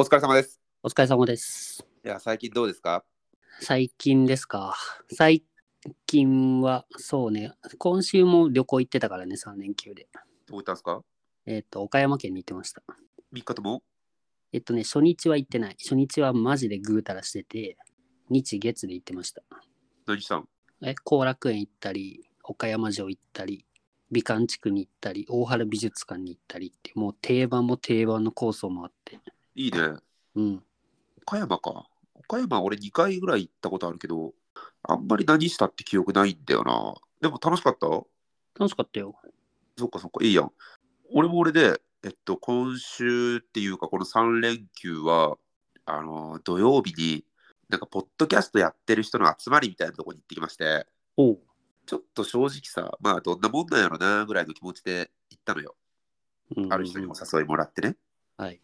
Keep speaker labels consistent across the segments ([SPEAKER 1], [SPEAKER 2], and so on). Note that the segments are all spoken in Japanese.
[SPEAKER 1] お疲れ様です。
[SPEAKER 2] お疲れ様です。
[SPEAKER 1] いや、最近どうですか
[SPEAKER 2] 最近ですか。最近は、そうね、今週も旅行行ってたからね、3連休で。
[SPEAKER 1] どこ行ったんですか
[SPEAKER 2] えっ、と、岡山県に行ってました。
[SPEAKER 1] ?3 日とも
[SPEAKER 2] えっとね、初日は行ってない。初日はマジでぐうたらしてて、日月で行ってました。
[SPEAKER 1] 何したん
[SPEAKER 2] え、後楽園行ったり、岡山城行ったり、美観地区に行ったり、大原美術館に行ったりって、もう定番も定番のコースを回って。
[SPEAKER 1] いいね。
[SPEAKER 2] うん。
[SPEAKER 1] 岡山か。岡山、俺2回ぐらい行ったことあるけど、あんまり何したって記憶ないんだよな。でも楽しかった
[SPEAKER 2] 楽しかったよ。
[SPEAKER 1] そっかそっか、いいやん。俺も俺で、えっと、今週っていうか、この3連休は、あの、土曜日に、なんか、ポッドキャストやってる人の集まりみたいなとこに行ってきまして、
[SPEAKER 2] おう。
[SPEAKER 1] ちょっと正直さ、まあ、どんなもんなんやろな、ぐらいの気持ちで行ったのよ。
[SPEAKER 2] うん
[SPEAKER 1] ある人にお誘いもらってね。
[SPEAKER 2] はい。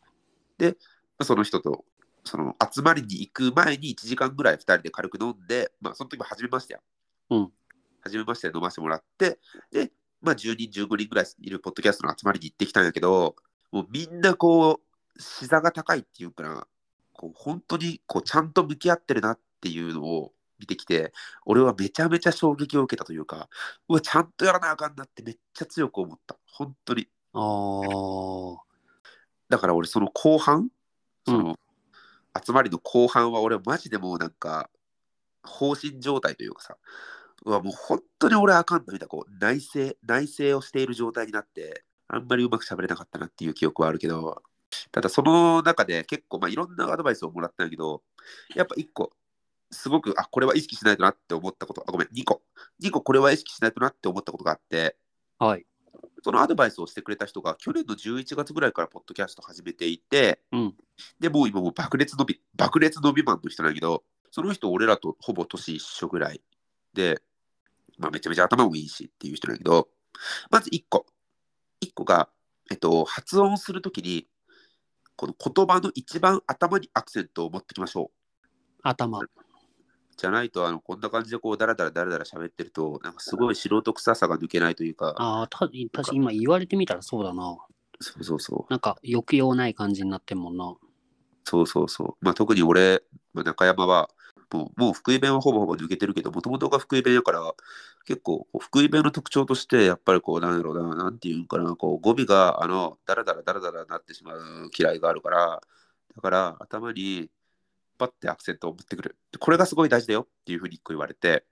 [SPEAKER 1] まあその人と、その集まりに行く前に1時間ぐらい2人で軽く飲んで、まあ、その時も初めましてや。
[SPEAKER 2] うん。
[SPEAKER 1] 初めましてで飲ませてもらって、で、まあ、10人、15人ぐらいいるポッドキャストの集まりに行ってきたんやけど、もうみんなこう、視座が高いっていうかな、こう本当にこうちゃんと向き合ってるなっていうのを見てきて、俺はめちゃめちゃ衝撃を受けたというか、うわ、ちゃんとやらなあかんなってめっちゃ強く思った。本当に。
[SPEAKER 2] あー。
[SPEAKER 1] だから俺その後半
[SPEAKER 2] う
[SPEAKER 1] そ
[SPEAKER 2] ん
[SPEAKER 1] の、集まりの後半は俺マジでもうなんか放心状態というかさうわもう本当に俺あかんのみたいなこう内省内省をしている状態になってあんまりうまく喋れなかったなっていう記憶はあるけどただその中で結構まあいろんなアドバイスをもらったんだけどやっぱ1個すごくあこれは意識しないとなって思ったことあごめん2個2個これは意識しないとなって思ったことがあって
[SPEAKER 2] はい。
[SPEAKER 1] そのアドバイスをしてくれた人が去年の11月ぐらいからポッドキャスト始めていて、
[SPEAKER 2] うん
[SPEAKER 1] でもう今もう爆裂伸び爆裂伸びマンの人なんだけどその人俺らとほぼ年一緒ぐらいで、まあ、めちゃめちゃ頭もいいしっていう人なんだけどまず1個1個が、えっと、発音するときにこの言葉の一番頭にアクセントを持ってきましょう
[SPEAKER 2] 頭。
[SPEAKER 1] じゃないとあのこんな感じでこうダラダラダラダラ喋ってるとなんかすごい素人臭さが抜けないというか
[SPEAKER 2] ああ、た確かに今言われてみたらそうだな。
[SPEAKER 1] そうそうそう
[SPEAKER 2] なんか抑揚ない感じになってんもんな。
[SPEAKER 1] そうそうそう。まあ、特に俺、まあ、中山はもう、もう福井弁はほぼほぼ抜けてるけど、もともとが福井弁やから、結構、こう福井弁の特徴として、やっぱりこう、なんやろうな、なんていうんかな、こう、語尾が、あの、だらだらだらだらなってしまう嫌いがあるから、だから、頭に、パッてアクセントを持ってくる。でこれがすごい大事だよっていうふうに一個言われて、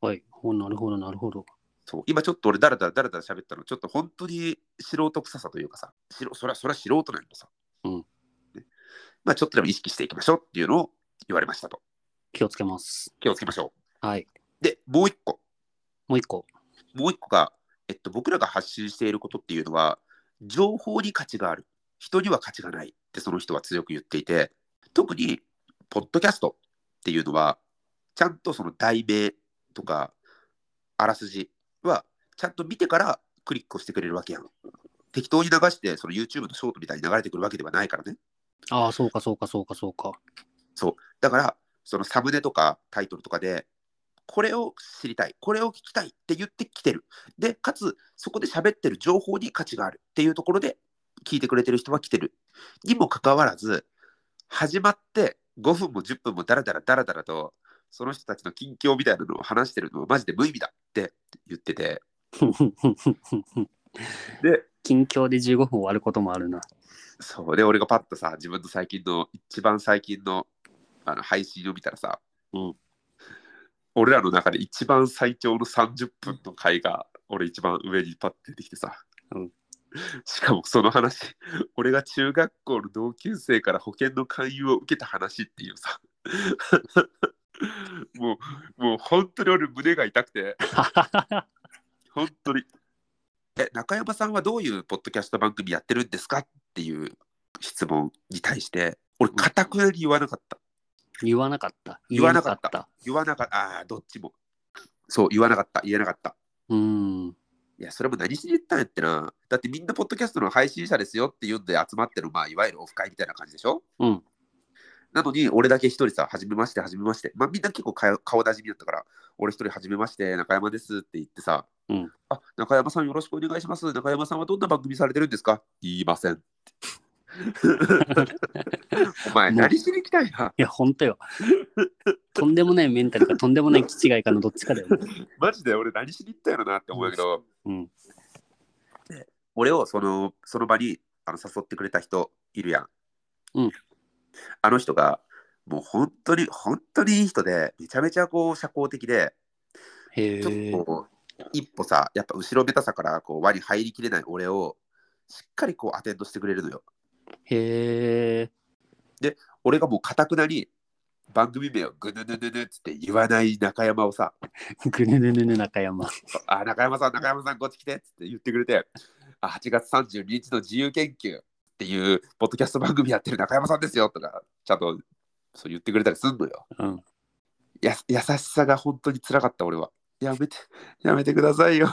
[SPEAKER 2] はい。おなるほど、なるほど。
[SPEAKER 1] そう今ちょっと俺、だらだらだらだら喋ったの、ちょっと本当に素人臭さというかさ、しろそりゃそりゃ素人なんださ。
[SPEAKER 2] うん
[SPEAKER 1] ねまあ、ちょっとでも意識していきましょうっていうのを言われましたと。
[SPEAKER 2] 気をつけます。
[SPEAKER 1] 気をつけましょ
[SPEAKER 2] はい。
[SPEAKER 1] う。で、もう一個、
[SPEAKER 2] もう一個。
[SPEAKER 1] もう一個が、えっと、僕らが発信していることっていうのは、情報に価値がある。人には価値がないってその人は強く言っていて、特に、ポッドキャストっていうのは、ちゃんとその題名とか、あらすじは、ちゃんと見てからクリックをしてくれるわけやん。適当に流して、その YouTube のショートみたいに流れてくるわけではないからね。
[SPEAKER 2] ああ、そうか、そうか、そうか、そうか。
[SPEAKER 1] だから、そのサムネとかタイトルとかで、これを知りたい、これを聞きたいって言ってきてる。で、かつ、そこで喋ってる情報に価値があるっていうところで、聞いてくれてる人は来てる。にもかかわらず、始まって5分も10分もダラダラダラダラと、その人たちの近況みたいなのを話してるのはマジで無意味だって言ってて。で、
[SPEAKER 2] 近況で15分終わることもあるな。
[SPEAKER 1] そうで、俺がパッとさ、自分の最近の、一番最近のあの配信を見たらさ、
[SPEAKER 2] うん
[SPEAKER 1] 俺らの中で一番最長の30分の回が、俺一番上にパッて出てきてさ、
[SPEAKER 2] うん
[SPEAKER 1] しかもその話、俺が中学校の同級生から保険の勧誘を受けた話っていうさ、 もう、もう本当に俺胸が痛くて、本当に。え、中山さんはどういうポッドキャスト番組やってるんですかっていう質問に対して、俺、かたくなに言わなかった。
[SPEAKER 2] 言わなかった。
[SPEAKER 1] 言わなかった
[SPEAKER 2] 言えな
[SPEAKER 1] 言わなかった。ああー、どっちも。そう、言わなかった。言えなかった。
[SPEAKER 2] うーん。
[SPEAKER 1] いや、それも何しに言ったんやってな。だってみんなポッドキャストの配信者ですよって言うんで集まってる、まあ、いわゆるオフ会みたいな感じでしょ
[SPEAKER 2] うん。
[SPEAKER 1] なのに、俺だけ一人さ、はじめまして、はじめまして。まあ、みんな結構顔顔なじみだったから、俺一人はじめまして、中山ですって言ってさ、
[SPEAKER 2] うん
[SPEAKER 1] あ、中山さんよろしくお願いします。中山さんはどんな番組されてるんですか言いません。お前、
[SPEAKER 2] もう
[SPEAKER 1] 何しに来たんや。
[SPEAKER 2] いや、ほんとよ。とんでもないメンタルか、とんでもない気違いかのどっちかだよね。
[SPEAKER 1] マジで俺、何しに行ったんやろなって思うけど、
[SPEAKER 2] うん。
[SPEAKER 1] 俺をそのその場にあの誘ってくれた人いるやん。
[SPEAKER 2] うん
[SPEAKER 1] あの人が、もう本当に、本当にいい人で、めちゃめちゃこう社交的で、
[SPEAKER 2] へ
[SPEAKER 1] ちょっと
[SPEAKER 2] え。
[SPEAKER 1] こう、一歩さ、やっぱ後ろめたさからこう輪に入りきれない俺を、しっかりこうアテンドしてくれるのよ。
[SPEAKER 2] へえ。
[SPEAKER 1] 俺がもうかたくなに番組名をぐぬぬぬぬっつって言わない中山をさ、
[SPEAKER 2] ぐねぬねぬ中山。
[SPEAKER 1] あ、中山さん、中山さん、こっち来てっつって言ってくれて、あ、8月32日の自由研究っていうポッドキャスト番組やってる中山さんですよとか、ちゃんとそう言ってくれたりすんのよ。
[SPEAKER 2] うん。
[SPEAKER 1] や優しさが本当につらかった俺は。やめて、やめてくださ いよ。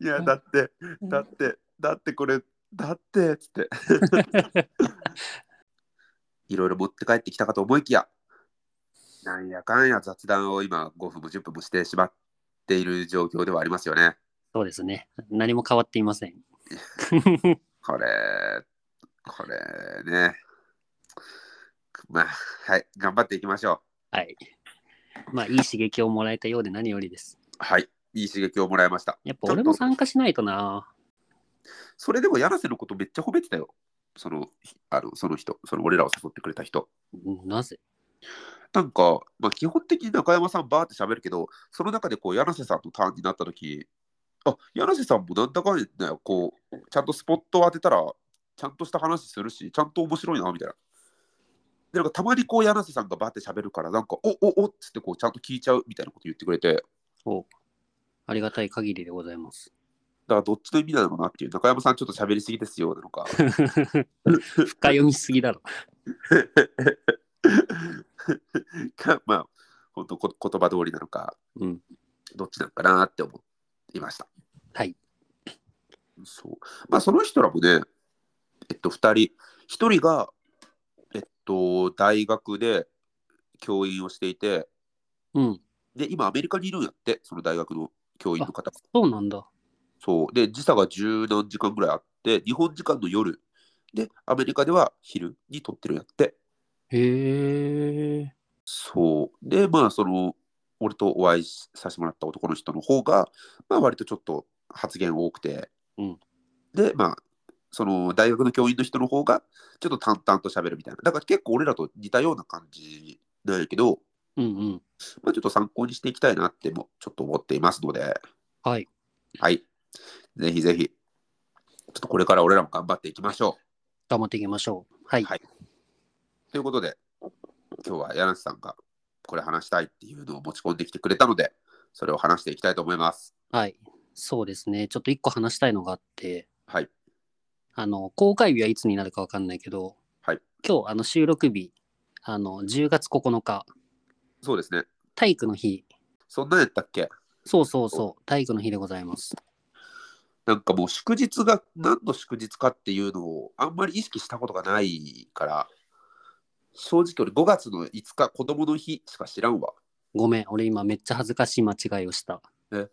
[SPEAKER 1] いや、だって、だって、だってこれ、だってっつって。 いろいろ持って帰ってきたかと思いきや、なんやかんや雑談を今5分も10分もしてしまっている状況ではありますよね。
[SPEAKER 2] そうですね。何も変わっていません。
[SPEAKER 1] これ、これね。まあ、はい、頑張っていきましょ
[SPEAKER 2] はい。まあ、いい刺激をもらえたようで何よりです。
[SPEAKER 1] う。はい、いい刺激をもらいました。
[SPEAKER 2] やっぱ俺も参加しないとな。
[SPEAKER 1] それでも柳瀬のことめっちゃ褒めてたよ。その、あの、その人、その俺らを誘ってくれた人。
[SPEAKER 2] うんなぜ
[SPEAKER 1] なんか、まあ、基本的に中山さんバーって喋るけど、その中でこう、柳瀬さんのターンになった時、あ、柳瀬さんもなんだかんだよ、こう、ちゃんとスポットを当てたら、ちゃんとした話するし、ちゃんと面白いな、みたいな。で、なんかたまにこう、柳瀬さんがバーって喋るから、なんか、おおおっつってこう、ちゃんと聞いちゃうみたいなこと言ってくれて、だか
[SPEAKER 2] おありがたい限りでございます。
[SPEAKER 1] らどっちの意味なのかなっていう、中山さんちょっと喋りすぎですよ、なのか。
[SPEAKER 2] 深読みすぎだろ。
[SPEAKER 1] かまあ本当こ言葉通りなのか
[SPEAKER 2] うん。
[SPEAKER 1] どっちなのかなって思いました
[SPEAKER 2] はい
[SPEAKER 1] そうまあその人らもねえっと2人1人がえっと大学で教員をしていて
[SPEAKER 2] うん。
[SPEAKER 1] で今アメリカにいるんやってその大学の教員の方
[SPEAKER 2] そうなんだ。
[SPEAKER 1] そうで時差が十何時間ぐらいあって日本時間の夜でアメリカでは昼に撮ってるんやって
[SPEAKER 2] へえ。
[SPEAKER 1] そう。で、まあ、その、俺とお会いしさせてもらった男の人の方が、まあ、割とちょっと発言多くて、
[SPEAKER 2] うん
[SPEAKER 1] で、まあ、その大学の教員の人の方が、ちょっと淡々と喋るみたいな。だから結構俺らと似たような感じなんやけど、
[SPEAKER 2] うんうん。
[SPEAKER 1] まあ、ちょっと参考にしていきたいなっても、ちょっと思っていますので、
[SPEAKER 2] はい。
[SPEAKER 1] はい。ぜひぜひ、ちょっとこれから俺らも頑張っていきましょ
[SPEAKER 2] 頑張っていきましょう。はい。
[SPEAKER 1] はいいう。ということで、今日は柳瀬さんがこれ話したいっていうのを持ち込んできてくれたので、それを話していきたいと思います。
[SPEAKER 2] はい。そうですね。ちょっと一個話したいのがあって、
[SPEAKER 1] はい。
[SPEAKER 2] あの、公開日はいつになるかわかんないけど、
[SPEAKER 1] はい
[SPEAKER 2] 今日、あの、収録日、あの、10月9日、
[SPEAKER 1] そうですね。
[SPEAKER 2] 体育の日。
[SPEAKER 1] そんなんやったっけ
[SPEAKER 2] そうそうそう、体育の日でございます。
[SPEAKER 1] なんかもう祝日が何の祝日かっていうのをあんまり意識したことがないから、正直俺5月の5日子供の日しか知らんわ。
[SPEAKER 2] ごめん、俺今めっちゃ恥ずかしい間違いをした。
[SPEAKER 1] え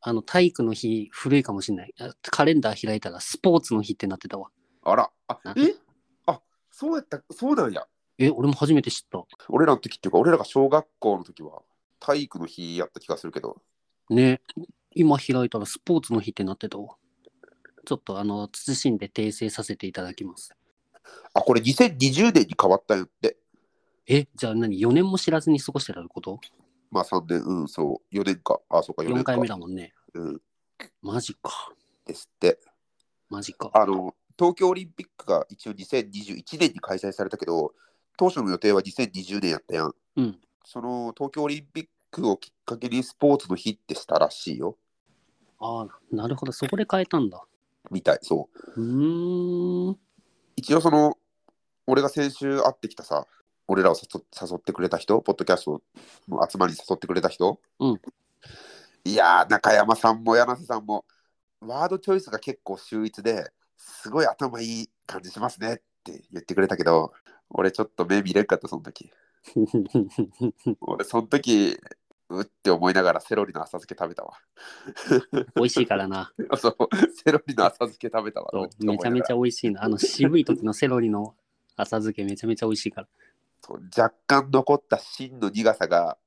[SPEAKER 2] あの、体育の日、古いかもしんない。あカレンダー開いたら、スポーツの日ってなってたわ。
[SPEAKER 1] あら、あ
[SPEAKER 2] なん、
[SPEAKER 1] えあ、そうやった、そうなんや。
[SPEAKER 2] え、俺も初めて知った。
[SPEAKER 1] 俺らの時っていうか、俺らが小学校の時は体育の日やった気がするけど、
[SPEAKER 2] ね。今開いたら、スポーツの日ってなってたわ。ちょっと、あの、慎んで訂正させていただきます。
[SPEAKER 1] あ、これ2020年に変わったんやって。
[SPEAKER 2] え、じゃあ何 ?4 年も知らずに過ごしてたこと
[SPEAKER 1] まあ3年、うん、そう、4年か。あ、そうか、4
[SPEAKER 2] ?4
[SPEAKER 1] 年か。
[SPEAKER 2] 回目だもんね。
[SPEAKER 1] うん、
[SPEAKER 2] マジか。
[SPEAKER 1] ですって。
[SPEAKER 2] マジか。
[SPEAKER 1] あの、東京オリンピックが一応2021年に開催されたけど、当初の予定は2020年やったやん。
[SPEAKER 2] うん。
[SPEAKER 1] その東京オリンピックをきっかけにスポーツの日ってしたらしいよ。
[SPEAKER 2] ああ、なるほど。そこで変えたんだ。
[SPEAKER 1] みたい、そう。
[SPEAKER 2] うーん。
[SPEAKER 1] 一応その、俺が先週会ってきたさ、俺らを誘誘ってくれた人、ポッドキャストの集まりに誘ってくれた人。
[SPEAKER 2] うん
[SPEAKER 1] いやー、中山さんも柳瀬さんも、ワードチョイスが結構秀逸ですごい頭いい感じしますねって言ってくれたけど、俺ちょっと目見れんかった、その時。俺その時うって思いながらセロリの浅漬け食べたわ。
[SPEAKER 2] 美味しいからな。
[SPEAKER 1] そう、セロリの浅漬け食べたわ。
[SPEAKER 2] そう
[SPEAKER 1] うって思
[SPEAKER 2] め
[SPEAKER 1] い
[SPEAKER 2] ちゃ
[SPEAKER 1] なが
[SPEAKER 2] め
[SPEAKER 1] ら
[SPEAKER 2] ちゃ美味しいの。あの渋い時のセロリの浅漬けめちゃめちゃ美味しいから。
[SPEAKER 1] そう若干残った芯の苦さが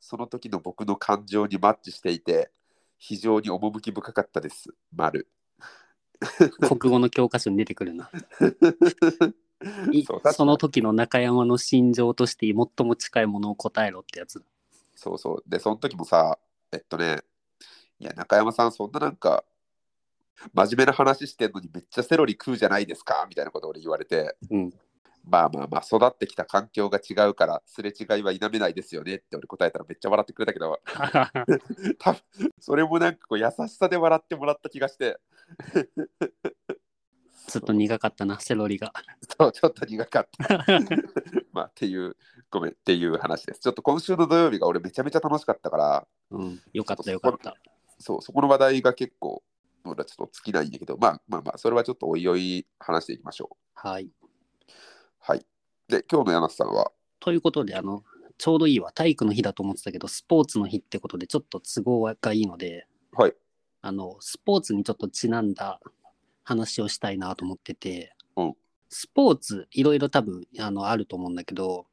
[SPEAKER 1] その時の僕の感情にマッチしていて非常に趣深かったです。丸。
[SPEAKER 2] 国語の教科書に出てくるな。い
[SPEAKER 1] そう確か
[SPEAKER 2] その時の中山の心情として最も近いものを答えろってやつだ。
[SPEAKER 1] そうそう。で、その時もさ、えっとね、いや、中山さん、そんななんか、真面目な話してんのにめっちゃセロリ食うじゃないですかみたいなことを俺言われて、
[SPEAKER 2] うん。
[SPEAKER 1] まあまあまあ、育ってきた環境が違うから、すれ違いは否めないですよねって俺答えたらめっちゃ笑ってくれたけど、多分それもなんかこう優しさで笑ってもらった気がして、
[SPEAKER 2] ちょっと苦かったな、セロリが。
[SPEAKER 1] そう、ちょっと苦かった。まあ、っていう、ごめん、っていう話です。ちょっと今週の土曜日が俺めちゃめちゃ楽しかったから、
[SPEAKER 2] うん。よかったよかった。
[SPEAKER 1] そう、そこの話題が結構、俺はちょっと尽きないんだけど、まあまあまあ、それはちょっとおいおい話していきましょ
[SPEAKER 2] はい。
[SPEAKER 1] う。はい。で、今日の柳瀬さんは、
[SPEAKER 2] ということで、あの、ちょうどいいわ。体育の日だと思ってたけど、スポーツの日ってことで、ちょっと都合がいいので、
[SPEAKER 1] はい。
[SPEAKER 2] あの、スポーツにちょっとちなんだ話をしたいなと思ってて、
[SPEAKER 1] うん
[SPEAKER 2] スポーツ、いろいろ多分、あの、あると思うんだけど、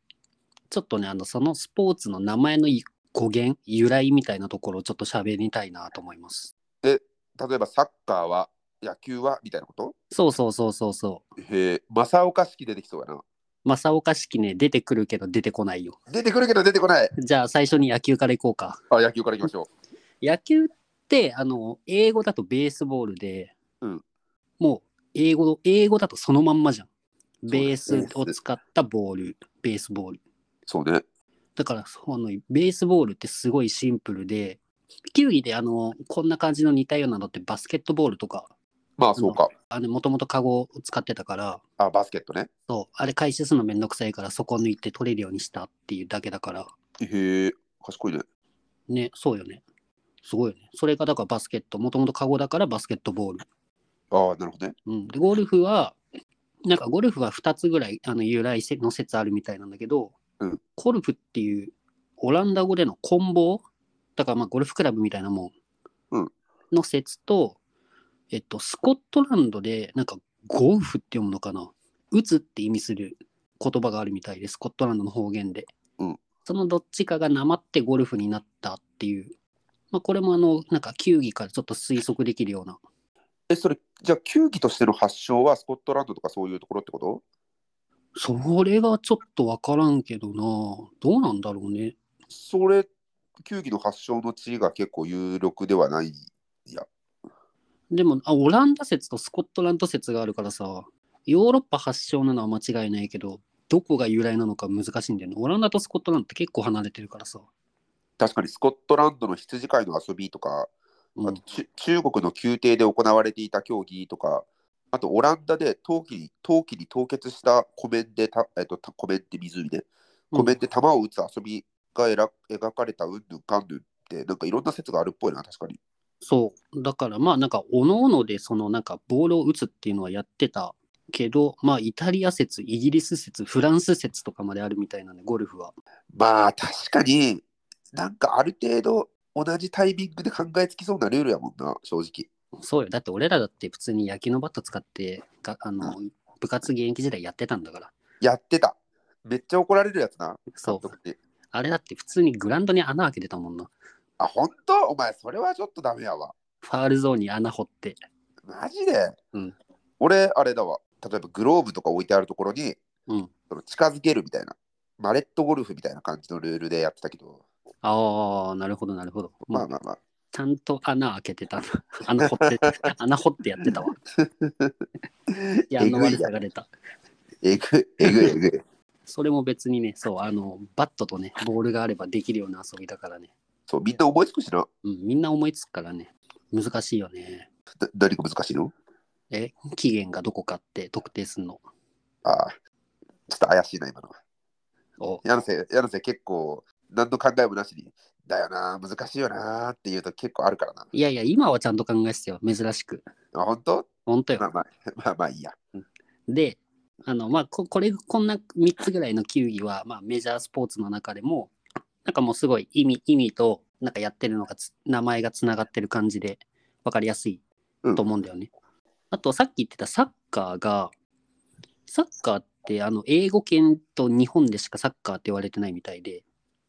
[SPEAKER 2] ちょっとね、あの、そのスポーツの名前の語源、由来みたいなところをちょっと喋りたいなと思います。
[SPEAKER 1] 例えばサッカーは、野球はみたいなこと
[SPEAKER 2] そうそうそうそうそう。
[SPEAKER 1] へえ、正岡式出てきそうやな。
[SPEAKER 2] 正岡式ね、出てくるけど出てこないよ。
[SPEAKER 1] 出てくるけど出てこない。
[SPEAKER 2] じゃあ最初に野球からいこうか。
[SPEAKER 1] あ、野球からいきましょ
[SPEAKER 2] 野球ってあの英語だとベースボールで、
[SPEAKER 1] うん
[SPEAKER 2] もう英語の英語だとそのまんまじゃん
[SPEAKER 1] うだ
[SPEAKER 2] ベ
[SPEAKER 1] ね
[SPEAKER 2] ースを使ったボールベースボール
[SPEAKER 1] う。そうね。
[SPEAKER 2] だからそうあのベースボールってすごいシンプルで球技であのこんな感じの似たようなのってバスケットボールとか
[SPEAKER 1] まあ、そうか。
[SPEAKER 2] あれもともとカゴを使ってたから
[SPEAKER 1] あ、バスケットね。
[SPEAKER 2] そうあれ回収するのめんどくさいからそこ抜いて取れるようにしたっていうだけだから
[SPEAKER 1] へえ、賢いね。
[SPEAKER 2] ねそうよねすごいよねそれがだからバスケットもともとカゴだからバスケットボール
[SPEAKER 1] ああ、なるほどね。
[SPEAKER 2] うん、でゴルフはなんかゴルフは2つぐらいあの由来せの説あるみたいなんだけど、
[SPEAKER 1] うん
[SPEAKER 2] ゴルフっていうオランダ語での棍棒だからまあゴルフクラブみたいなもん、
[SPEAKER 1] うん
[SPEAKER 2] の説と、えっと、スコットランドでなんかゴーフって読むのかな打つって意味する言葉があるみたいでスコットランドの方言で、
[SPEAKER 1] うん
[SPEAKER 2] そのどっちかがなまってゴルフになったっていう、まあ、これもあのなんか球技からちょっと推測できるような
[SPEAKER 1] え、それ、じゃあ、球技としての発祥はスコットランドとかそういうところってこと
[SPEAKER 2] それがちょっと分からんけどなどうなんだろうね
[SPEAKER 1] それ、球技の発祥の地が結構有力ではない。
[SPEAKER 2] でもあオランダ説とスコットランド説があるからさヨーロッパ発祥なのは間違いないけどどこが由来なのか難しいんだよねオランダとスコットランドって結構離れてるからさ、
[SPEAKER 1] 確かにスコットランドの羊飼いの遊びとか、
[SPEAKER 2] う
[SPEAKER 1] あ
[SPEAKER 2] ん
[SPEAKER 1] と、ち中国の宮廷で行われていた競技とか、あとオランダで陶器に陶器に凍結した湖面でた、えっと、た湖面って湖で、湖面で球を打つ遊びがえら描かれたうんぬんかんぬんって、なんかいろんな説があるっぽいな、確かに。
[SPEAKER 2] そうだからまあなんかおのおのでそのなんかボールを打つっていうのはやってたけどまあイタリア説イギリス説フランス説とかまであるみたいなんでゴルフは
[SPEAKER 1] まあ確かになんかある程度同じタイミングで考えつきそうなルールやもんな正直
[SPEAKER 2] そうよ。だって俺らだって普通に野球のバット使ってがあの、部活現役時代やってたんだから。
[SPEAKER 1] やってためっちゃ怒られるやつな
[SPEAKER 2] そう
[SPEAKER 1] 監督に
[SPEAKER 2] あれだって普通にグラウンドに穴開けてたもんな。
[SPEAKER 1] あ本当お前それはちょっとダメやわ
[SPEAKER 2] ファールゾーンに穴掘って。
[SPEAKER 1] マジで、
[SPEAKER 2] うん
[SPEAKER 1] 俺あれだわ例えばグローブとか置いてあるところに
[SPEAKER 2] うん。
[SPEAKER 1] その近づけるみたいなマレットゴルフみたいな感じのルールでやってたけど
[SPEAKER 2] ああ、なるほど、なるほど。
[SPEAKER 1] ま
[SPEAKER 2] ま
[SPEAKER 1] あ
[SPEAKER 2] あ、
[SPEAKER 1] まあまあ
[SPEAKER 2] ちゃんと穴開けてたな。 穴掘って、穴掘ってやって たわ。いや、あの
[SPEAKER 1] えぐい
[SPEAKER 2] 悪
[SPEAKER 1] や
[SPEAKER 2] さが出た。
[SPEAKER 1] えぐえぐえぐい
[SPEAKER 2] それも別にね、そう、あの、バットとね、ボールがあればできるような遊びだからね。
[SPEAKER 1] そうみんな思いつくしな
[SPEAKER 2] うん、みんな思いつくからね。難しいよね。
[SPEAKER 1] な何が難しいの
[SPEAKER 2] え、期限がどこかって特定すんの。
[SPEAKER 1] ああちょっと怪しいな今の
[SPEAKER 2] お
[SPEAKER 1] 柳瀬、柳瀬結構、何の考えもなしに、だよな、難しいよなっていうと結構あるからな。
[SPEAKER 2] いやいや、今はちゃんと考えてたよ。珍しく。
[SPEAKER 1] あ、本当
[SPEAKER 2] 本当よ。
[SPEAKER 1] まあまあ、まあまあいいや。
[SPEAKER 2] で、あの、まあ、ここれ、こんな3つぐらいの球技は、まあ、メジャースポーツの中でも、なんかもうすごい意味、意味と、なんかやってるのがつ、名前がつながってる感じで、わかりやすいと思うんだよね。あと、さっき言ってたサッカーが、サッカーって、あの、英語圏と日本でしかサッカーって言われてないみたいで、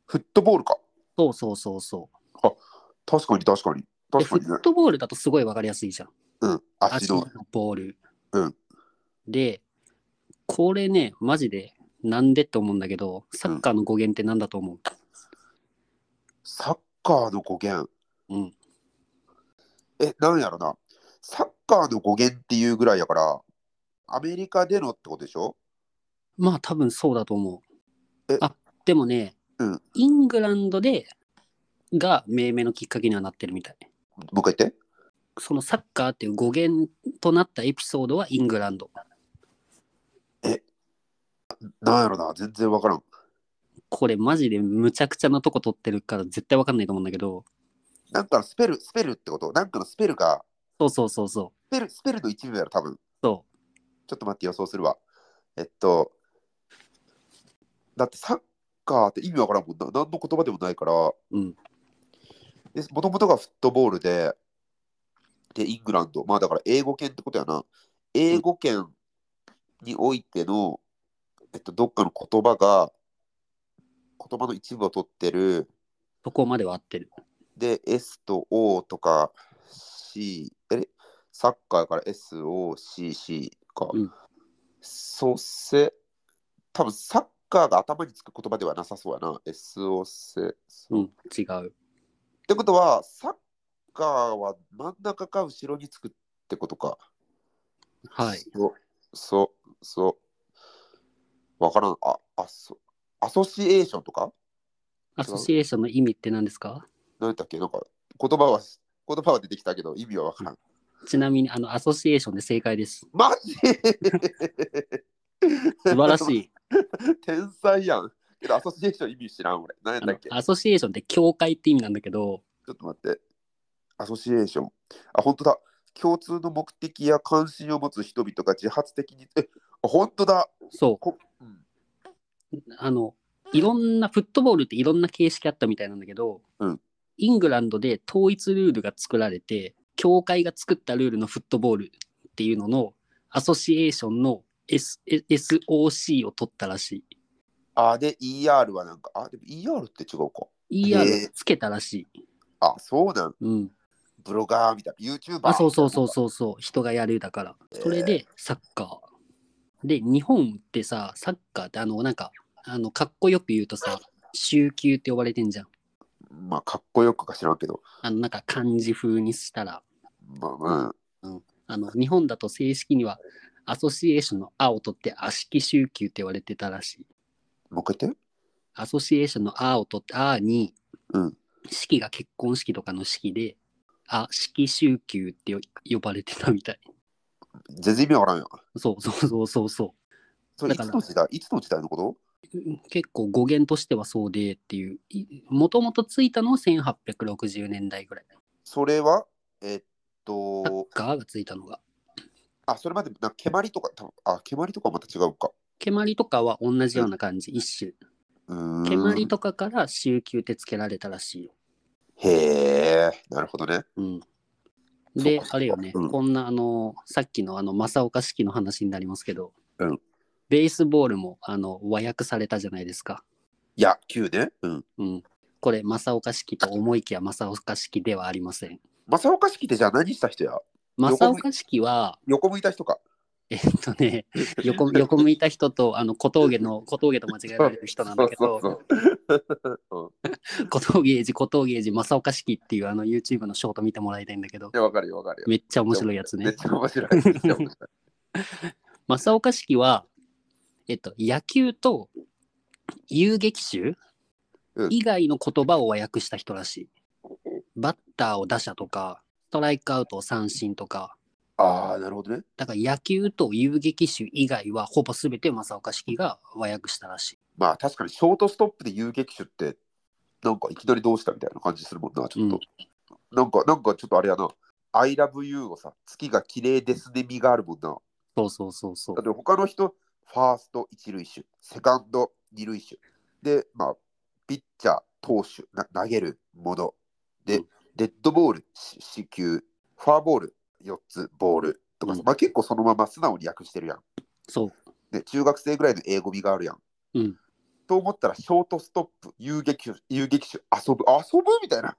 [SPEAKER 1] フットボールか。
[SPEAKER 2] そうそうそうそう。
[SPEAKER 1] 確かに確かに。
[SPEAKER 2] で、
[SPEAKER 1] 確
[SPEAKER 2] フ
[SPEAKER 1] かにね
[SPEAKER 2] ッ。トボールだとすごいわかりやすいじゃん。
[SPEAKER 1] うん。足
[SPEAKER 2] 足
[SPEAKER 1] の
[SPEAKER 2] の。ボール。
[SPEAKER 1] うん
[SPEAKER 2] で、これね、マジで、なんでって思うんだけど、サッカーの語源ってなんだと思う、
[SPEAKER 1] サッカーの語源。
[SPEAKER 2] うん、
[SPEAKER 1] え、なんやろな。サッカーの語源っていうぐらいやから、アメリカでのってことでしょ
[SPEAKER 2] まあ多分そうだと思う
[SPEAKER 1] え。
[SPEAKER 2] あでもね、
[SPEAKER 1] うん
[SPEAKER 2] イングランドでが命名のきっかけにはなってるみたい。
[SPEAKER 1] もう一回言って。
[SPEAKER 2] そのサッカーっていう語源となったエピソードはイングランド。
[SPEAKER 1] なんやろな。全然わからん。
[SPEAKER 2] これマジでむちゃくちゃなとこ取ってるから絶対わかんないと思うんだけど、
[SPEAKER 1] なんかのスペル、スペルってことなんかのスペルが、
[SPEAKER 2] そうそうそうそ
[SPEAKER 1] スペル、スペルの一部やろ、多分。
[SPEAKER 2] う。そ
[SPEAKER 1] ちょっと待って予想するわ。えっと、だってサッカーって意味わからんもんな。何の言葉でもないから、
[SPEAKER 2] う。うん。
[SPEAKER 1] もともとがフットボールで、で、イングランド。まあだから英語圏ってことやな。英語圏においての、えっと、どっかの言葉が、言葉の一部を取ってる。
[SPEAKER 2] そこまでは合ってる。
[SPEAKER 1] で、S と O とか C、えサッカーやから SOCC か。
[SPEAKER 2] うん
[SPEAKER 1] ソセ、多分サッカーが頭につく言葉ではなさそうやな。SOC。
[SPEAKER 2] う
[SPEAKER 1] っ
[SPEAKER 2] ん、違う。
[SPEAKER 1] てことは、サッカーは真ん中か後ろにつくってことか。
[SPEAKER 2] はい。
[SPEAKER 1] そ。そ、そ。わからん。あ、あ、そ。アソシエーションとか
[SPEAKER 2] アソシエーションの意味って何ですか
[SPEAKER 1] 何だっけなんか言葉は、言葉は出てきたけど意味はわからん。
[SPEAKER 2] ちなみに、あの、アソシエーションで正解です。
[SPEAKER 1] マジ
[SPEAKER 2] 素晴らしい。
[SPEAKER 1] 天才やん。けど、アソシエーション意味知らん、俺。何やっ
[SPEAKER 2] あ
[SPEAKER 1] た
[SPEAKER 2] の
[SPEAKER 1] っけちょ
[SPEAKER 2] アソシエーションって教会って意味なんだけど、
[SPEAKER 1] っと待って。アソシエーション。あ、本当だ。共通の目的や関心を持つ人々が自発的に。え、あ本当だ。
[SPEAKER 2] そ
[SPEAKER 1] こうん
[SPEAKER 2] う、あの、いろんな、フットボールっていろんな形式あったみたいなんだけど、
[SPEAKER 1] うん
[SPEAKER 2] イングランドで統一ルールが作られて、教会が作ったルールのフットボールっていうのの、アソシエーションの S SOC を取ったらし
[SPEAKER 1] あ、で、ER はなんか、あ、でも ER って違うか。
[SPEAKER 2] い。
[SPEAKER 1] へ
[SPEAKER 2] ER
[SPEAKER 1] え
[SPEAKER 2] をつけたらしい。
[SPEAKER 1] あ、そうなん。
[SPEAKER 2] うん。
[SPEAKER 1] ブロガーみたいな。YouTuber。
[SPEAKER 2] あ、そうそうそうそうそう。人がやるだから。それでサッカー。で、日本ってさ、サッカーってあの、なんか、あの、かっこよく言うとさ、週休って呼ばれてんじゃん。
[SPEAKER 1] まあ、かっこよくか知らんけど。
[SPEAKER 2] あの、なんか漢字風にしたら、
[SPEAKER 1] まあま
[SPEAKER 2] あの、日本だと正式には、アソシエーションの「あ」を取って、悪しき週休って言われてたらしい。
[SPEAKER 1] あ、もう一回言って。
[SPEAKER 2] アソシエーションの「あ」を取って、あに、
[SPEAKER 1] うん
[SPEAKER 2] 式が結婚式とかの式で、あ、式週休ってよ呼ばれてたみたい。
[SPEAKER 1] 全然意味わからんよ。
[SPEAKER 2] そうそうそうそうそう。
[SPEAKER 1] それい
[SPEAKER 2] だ
[SPEAKER 1] つ
[SPEAKER 2] から
[SPEAKER 1] の時代いつの時代のこと
[SPEAKER 2] 結構語源としてはそうでっていうもともとついたのは1860年代ぐらい
[SPEAKER 1] それは、えっ
[SPEAKER 2] サッ
[SPEAKER 1] と、
[SPEAKER 2] カーがついたのが
[SPEAKER 1] あ、それまで、なんか、蹴鞠とか、多分あ、蹴鞠とかまた違うか。
[SPEAKER 2] 蹴鞠とかは同じような感じ一
[SPEAKER 1] うーん
[SPEAKER 2] 種蹴鞠とかから週休ってつけられたらしいよ、
[SPEAKER 1] へえ、なるほどね。
[SPEAKER 2] うん、
[SPEAKER 1] そうか
[SPEAKER 2] で
[SPEAKER 1] そうか
[SPEAKER 2] あれよね、
[SPEAKER 1] うん
[SPEAKER 2] こんなあのさっきのあの正岡式の話になりますけど、
[SPEAKER 1] うん
[SPEAKER 2] ベースボールもあの和訳されたじゃないですか、
[SPEAKER 1] 野球ね。うん。
[SPEAKER 2] うん、これ正岡式と思いきや正岡式ではありません
[SPEAKER 1] 正岡式ってじゃあ何した人や
[SPEAKER 2] 正岡式は
[SPEAKER 1] 横向いた人か。
[SPEAKER 2] えっとね、横横向いた人とあの小峠の小峠と間違えられる人なんだけど、
[SPEAKER 1] そうそうそう。うん
[SPEAKER 2] 小峠英二、小峠英二、正岡式っていうあの YouTube のショート見てもらいたいんだけど
[SPEAKER 1] い、や、わかるよ、わかるよ。
[SPEAKER 2] めっちゃ面白いやつ
[SPEAKER 1] めっ
[SPEAKER 2] ね。
[SPEAKER 1] ちゃ面白い。 めっちゃ面白い
[SPEAKER 2] 正岡式は、えっと、野球と遊撃手
[SPEAKER 1] うん
[SPEAKER 2] 以外の言葉を和訳した人らしい。バッターを打者とか、ストライクアウトを三振とか、
[SPEAKER 1] ああ、なるほどね。
[SPEAKER 2] だから野球と遊撃手以外はほぼ全て正岡式が和訳したらしい。
[SPEAKER 1] まあ、確かにショートストップで遊撃手って、なんかいきなりどうしたみたいな感じするもんな、ちょっと。なんか、なんかちょっとあれやな。I love you をさ、月が綺麗ですねみがあるもんな。
[SPEAKER 2] そうそうそうそう
[SPEAKER 1] だっ。て他の人、ファースト一塁手、セカンド二塁手、で、まあ、ピッチャー投手な投げるもので、
[SPEAKER 2] うん
[SPEAKER 1] デッドボールし四球フォアボール4つボールとかさ、
[SPEAKER 2] うん
[SPEAKER 1] まあ、結構そのまま素直に訳してるやん
[SPEAKER 2] そう。
[SPEAKER 1] で中学生ぐらいの英語味があるやん、
[SPEAKER 2] うん
[SPEAKER 1] と思ったらショートストップ遊撃手遊撃手遊ぶ遊ぶみたいな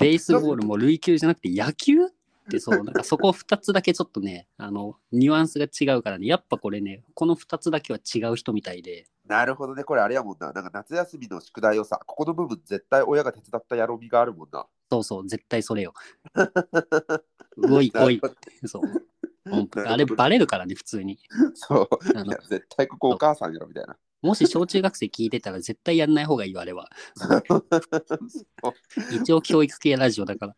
[SPEAKER 2] ベースボールも類球じゃなくて野球ってそう、なんかそこ2つだけちょっ とね、あの、ニュアンスが違うからね、やっぱこれね、この2つだけは違う人みたいで、
[SPEAKER 1] なるほどねこれあれやもんななんか夏休みの宿題をさここの部分絶対親が手伝ったやろう味があるもんな
[SPEAKER 2] そうそう、絶対そ れよ。うおい、おい
[SPEAKER 1] なる
[SPEAKER 2] って、そう。音符あ
[SPEAKER 1] なる
[SPEAKER 2] れ、
[SPEAKER 1] ほど
[SPEAKER 2] バレるからね、普通に。
[SPEAKER 1] そう
[SPEAKER 2] あ
[SPEAKER 1] い
[SPEAKER 2] の
[SPEAKER 1] や絶対ここお母さんやろみたいな
[SPEAKER 2] もし小中学生聞いてたら、絶対やんない方がいいわ、あれは。一応、教育系ラジオだから。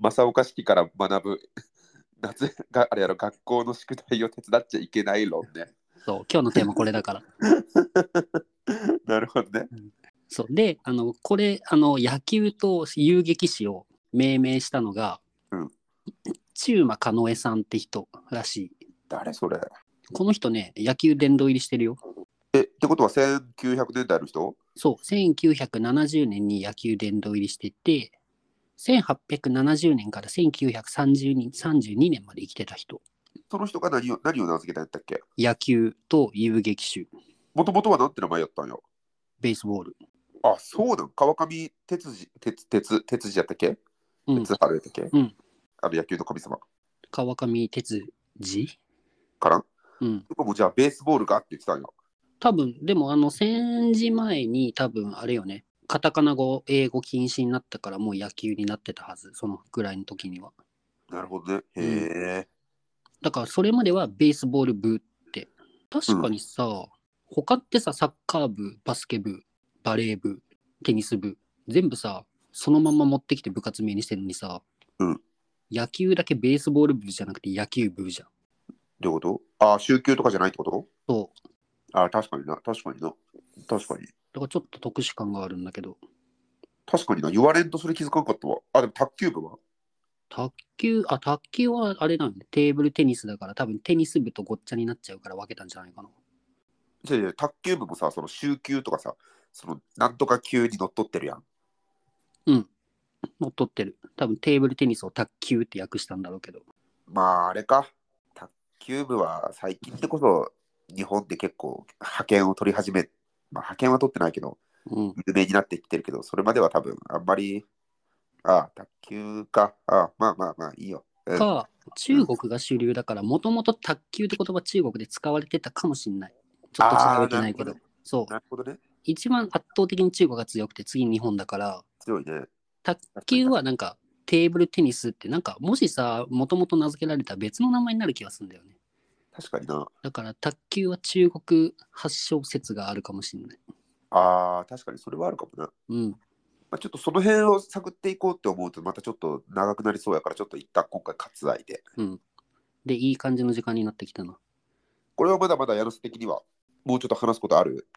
[SPEAKER 1] 正岡式から学ぶ 夏があれやろ学校の宿題を手伝っちゃいけない論ね。
[SPEAKER 2] そう、今日のテーマこれだから。
[SPEAKER 1] なるほどね。
[SPEAKER 2] そう。で、あの、これ、あの、野球と遊撃士を命名したのが、
[SPEAKER 1] うん
[SPEAKER 2] 中馬かのえさんって人らしい。
[SPEAKER 1] 誰それ
[SPEAKER 2] この人ね、野球殿堂入りしてるよ。
[SPEAKER 1] えってことは1900年代の人
[SPEAKER 2] そう、1970年に野球殿堂入りしてて、1870年から1932年32年まで生きてた人。
[SPEAKER 1] その人が何を何を名付けたんやったっけ
[SPEAKER 2] 野球と遊撃手、
[SPEAKER 1] もともとは何て名前やったんよ
[SPEAKER 2] ベースボール。
[SPEAKER 1] あそうなん川上哲司哲哲哲司やったっけ
[SPEAKER 2] うん
[SPEAKER 1] 哲、春やったっけ、
[SPEAKER 2] ん
[SPEAKER 1] あの野球の神様
[SPEAKER 2] 川上哲司
[SPEAKER 1] から
[SPEAKER 2] うん。
[SPEAKER 1] 僕もじゃあベースボールがって言ってたんよ
[SPEAKER 2] 多分でもあの戦時前に多分あれよねカタカナ語英語禁止になったからもう野球になってたはずそのぐらいの時には
[SPEAKER 1] なるほどねへえ、
[SPEAKER 2] だからそれまではベースボール部って確かにさ、他ってさサッカー部バスケ部バレー部テニス部全部さそのまんま持ってきて部活名にしてるのにさ、
[SPEAKER 1] うん
[SPEAKER 2] 野球だけベースボール部じゃなくて野球部じゃん
[SPEAKER 1] どういうことあ週休とかじゃないってこと
[SPEAKER 2] そう
[SPEAKER 1] あ確かにな確かにな確かに
[SPEAKER 2] だからちょっと特殊感があるんだけど
[SPEAKER 1] 確かにな、言われんとそれ気づかんかったわ。あ、でも卓球部は
[SPEAKER 2] 卓球、あ、卓球はあれなんで、テーブルテニスだから、多分テニス部とごっちゃになっちゃうから分けたんじゃないかな。
[SPEAKER 1] いやいや卓球部もさ、その週休とかさ、そのなんとか級にのっとってるやん。
[SPEAKER 2] 乗っ取ってる。多分テーブルテニスを卓球って訳したんだろうけど。
[SPEAKER 1] まあ、あれか。卓球部は最近でこそ、日本で結構派遣を取り始め、まあ、派遣は取ってないけど、
[SPEAKER 2] うん。
[SPEAKER 1] 有名になってきてるけど、それまでは多分あんまり、ああ、卓球か。ああ、まあまあまあ、いいよ。うん、
[SPEAKER 2] か、中国が主流だから、もともと卓球って言葉中国で使われてたかもしんない。ちょっと違うわけないけ
[SPEAKER 1] あーなるほど
[SPEAKER 2] ど
[SPEAKER 1] ね。
[SPEAKER 2] そう。
[SPEAKER 1] なるほどね。
[SPEAKER 2] 一番圧倒的に中国が強くて、次日本だから、
[SPEAKER 1] 強いね。
[SPEAKER 2] 卓球はなんか、テーブルテニスって、なんか、もしさ、もともと名付けられたら別の名前になる気がするんだよね。
[SPEAKER 1] 確かにな。
[SPEAKER 2] だから卓球は中国発祥説があるかもしれない。
[SPEAKER 1] ああ、確かにそれはあるかもな。
[SPEAKER 2] うん。
[SPEAKER 1] まあ、ちょっとその辺を探っていこうって思うとまたちょっと長くなりそうやからちょっと一旦今回割愛で
[SPEAKER 2] うん。で、いい感じの時間になってきたな。
[SPEAKER 1] これはまだまだ矢野瀬的にはもうちょっと話すことある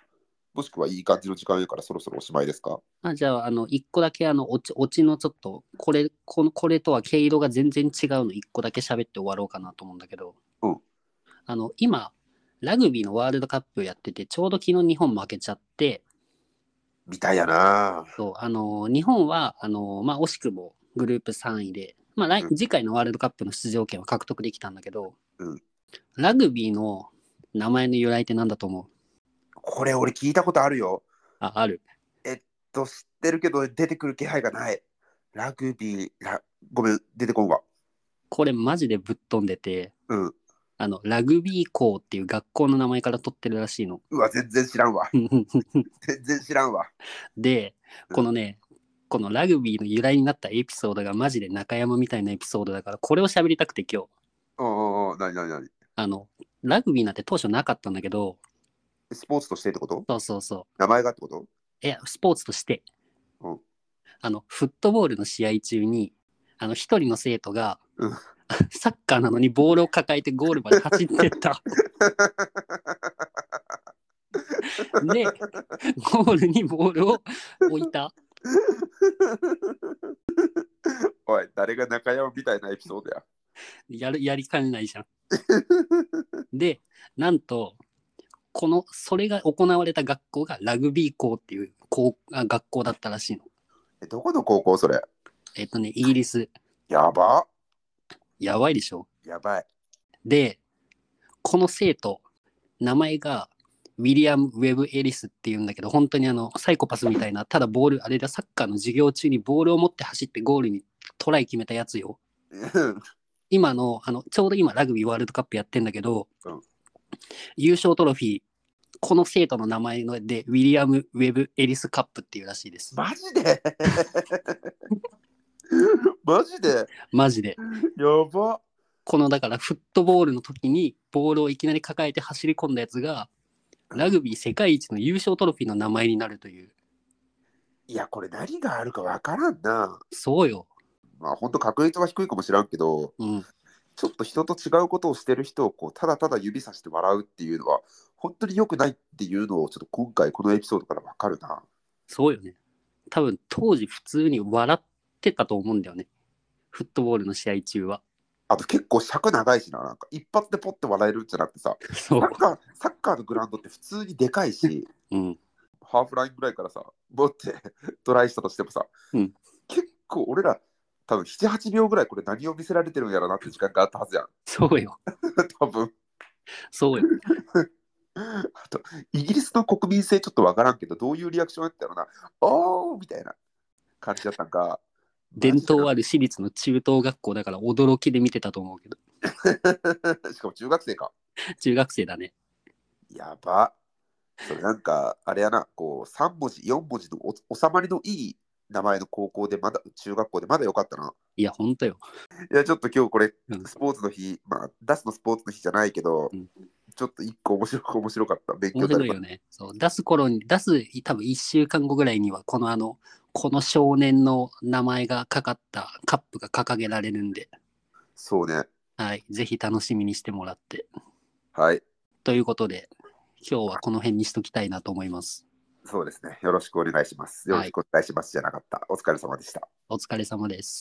[SPEAKER 1] もしくはいい感じの時間やからそろそろおしまいですか
[SPEAKER 2] あじゃあ、あの、一個だけ、あの、オチオチのちょっと、これ、この、これとは毛色が全然違うの一個だけ喋って終わろうかなと思うんだけど、
[SPEAKER 1] うん。
[SPEAKER 2] あの、今、ラグビーのワールドカップやってて、ちょうど昨日日本負けちゃって、
[SPEAKER 1] みたいやな
[SPEAKER 2] そう、あの、日本は、あの、まあ、惜しくもグループ3位で、まあ、来
[SPEAKER 1] うん
[SPEAKER 2] 次回のワールドカップの出場権は獲得できたんだけど、
[SPEAKER 1] うん
[SPEAKER 2] ラグビーの名前の由来って何だと思う
[SPEAKER 1] これ俺聞いたことあるよ
[SPEAKER 2] あ、ある。
[SPEAKER 1] と知ってるけど出てくる気配がないラグビーラごめん出てこんわ
[SPEAKER 2] これマジでぶっ飛んでて、
[SPEAKER 1] うん
[SPEAKER 2] あの、ラグビー校っていう学校の名前から取ってるらしいの。
[SPEAKER 1] うわ全然知らんわ 全然知らんわ
[SPEAKER 2] で、このね、このラグビーの由来になったエピソードがマジで中山みたいなエピソードだから、これを喋りたくて今日、
[SPEAKER 1] おうんうんうん何何何
[SPEAKER 2] あの、ラグビーなんて当初なかったんだけど、
[SPEAKER 1] スポーツとしてってこと
[SPEAKER 2] そうそうそう。
[SPEAKER 1] 名前がってこと
[SPEAKER 2] いや、スポーツとして、
[SPEAKER 1] うん
[SPEAKER 2] あの、フットボールの試合中に、あの、一人の生徒が、
[SPEAKER 1] うん
[SPEAKER 2] サッカーなのにボールを抱えてゴールまで走って った。で、ゴールにボールを置いた。
[SPEAKER 1] おい誰が中山みたいなエピソードや
[SPEAKER 2] やる、やりかねないじゃん。で、なんと、この、それが行われた学校がラグビー校っていうこうあ学校だったらしいの。
[SPEAKER 1] え、どこの高校それ
[SPEAKER 2] えっとね、イギリス。
[SPEAKER 1] やば
[SPEAKER 2] やばいでしょ。
[SPEAKER 1] やばい。
[SPEAKER 2] で、この生徒、名前がウィリアム・ウェブ・エリスっていうんだけど、本当にあの、サイコパスみたいな、ただボール、あれだ、サッカーの授業中にボールを持って走ってゴールにトライ決めたやつよ。
[SPEAKER 1] うん
[SPEAKER 2] 今の、あの、ちょうど今ラグビーワールドカップやってんだけど、
[SPEAKER 1] うん
[SPEAKER 2] 優勝トロフィー、この生徒の名前ので、ウィリアム・ウェブ・エリスカップっていうらしいです。
[SPEAKER 1] マジで マジで
[SPEAKER 2] マジで。
[SPEAKER 1] やば
[SPEAKER 2] この、だからフットボールの時に、ボールをいきなり抱えて走り込んだやつが、ラグビー世界一の優勝トロフィーの名前になるという。
[SPEAKER 1] いや、これ何があるかわからんな。
[SPEAKER 2] そうよ。
[SPEAKER 1] まあ、ほんと確率は低いかもしらんけど、
[SPEAKER 2] うん。
[SPEAKER 1] ちょっと人と違うことをしてる人をこうただただ指さして笑うっていうのは、本当に良くないっていうのを、ちょっと今回このエピソードからわかるな。
[SPEAKER 2] そうよね。多分当時普通に笑ってたと思うんだよね。フットボールの試合中は。
[SPEAKER 1] あと結構尺長いしな、なんか一発でポッて笑えるんじゃなくてさ、
[SPEAKER 2] そ
[SPEAKER 1] サ
[SPEAKER 2] う
[SPEAKER 1] ッ。カーサッカーのグラウンドって普通にでかいし、
[SPEAKER 2] うん。
[SPEAKER 1] ハーフラインぐらいからさ、持って トライしたとしてもさ、
[SPEAKER 2] うん
[SPEAKER 1] 結構俺ら、多分7、8秒ぐらいこれ何を見せられてるんやろなって時間があったはずやん。
[SPEAKER 2] そうよ。
[SPEAKER 1] 多分
[SPEAKER 2] そうよ。
[SPEAKER 1] あと、イギリスの国民性ちょっとわからんけど、どういうリアクションやったのな、おーみたいな感じだったんか。
[SPEAKER 2] 伝統
[SPEAKER 1] は。
[SPEAKER 2] ある私立の中等学校だから驚きで見てたと思うけど。
[SPEAKER 1] しかも中学生か。
[SPEAKER 2] 中学生だね。
[SPEAKER 1] やば。それなんか、あれやな、こう、3文字、4文字のお収まりのいい名前の高校で、まだ、中学校でまだよかったな。
[SPEAKER 2] いや、ほんとよ。
[SPEAKER 1] いや、ちょっと今日これ
[SPEAKER 2] うん、
[SPEAKER 1] スポーツの日、まあ、出すのスポーツの日じゃないけど、
[SPEAKER 2] うん
[SPEAKER 1] ちょっと一個面白く面白かった。勉強
[SPEAKER 2] 面
[SPEAKER 1] にな
[SPEAKER 2] 白い
[SPEAKER 1] りま
[SPEAKER 2] よ
[SPEAKER 1] し
[SPEAKER 2] ね。そう出す頃に、出す多分1週間後ぐらいには、このあの、この少年の名前がかかったカップが掲げられるんで、
[SPEAKER 1] たそうね。
[SPEAKER 2] はい。ぜひ楽しみにしてもらって。
[SPEAKER 1] はい。
[SPEAKER 2] ということで、今日はこの辺にしときたいなと思います。
[SPEAKER 1] そうですね。よろしくお願いします。よろしくお願いします。じゃなかった。お疲れ様でした。
[SPEAKER 2] お疲れ様です。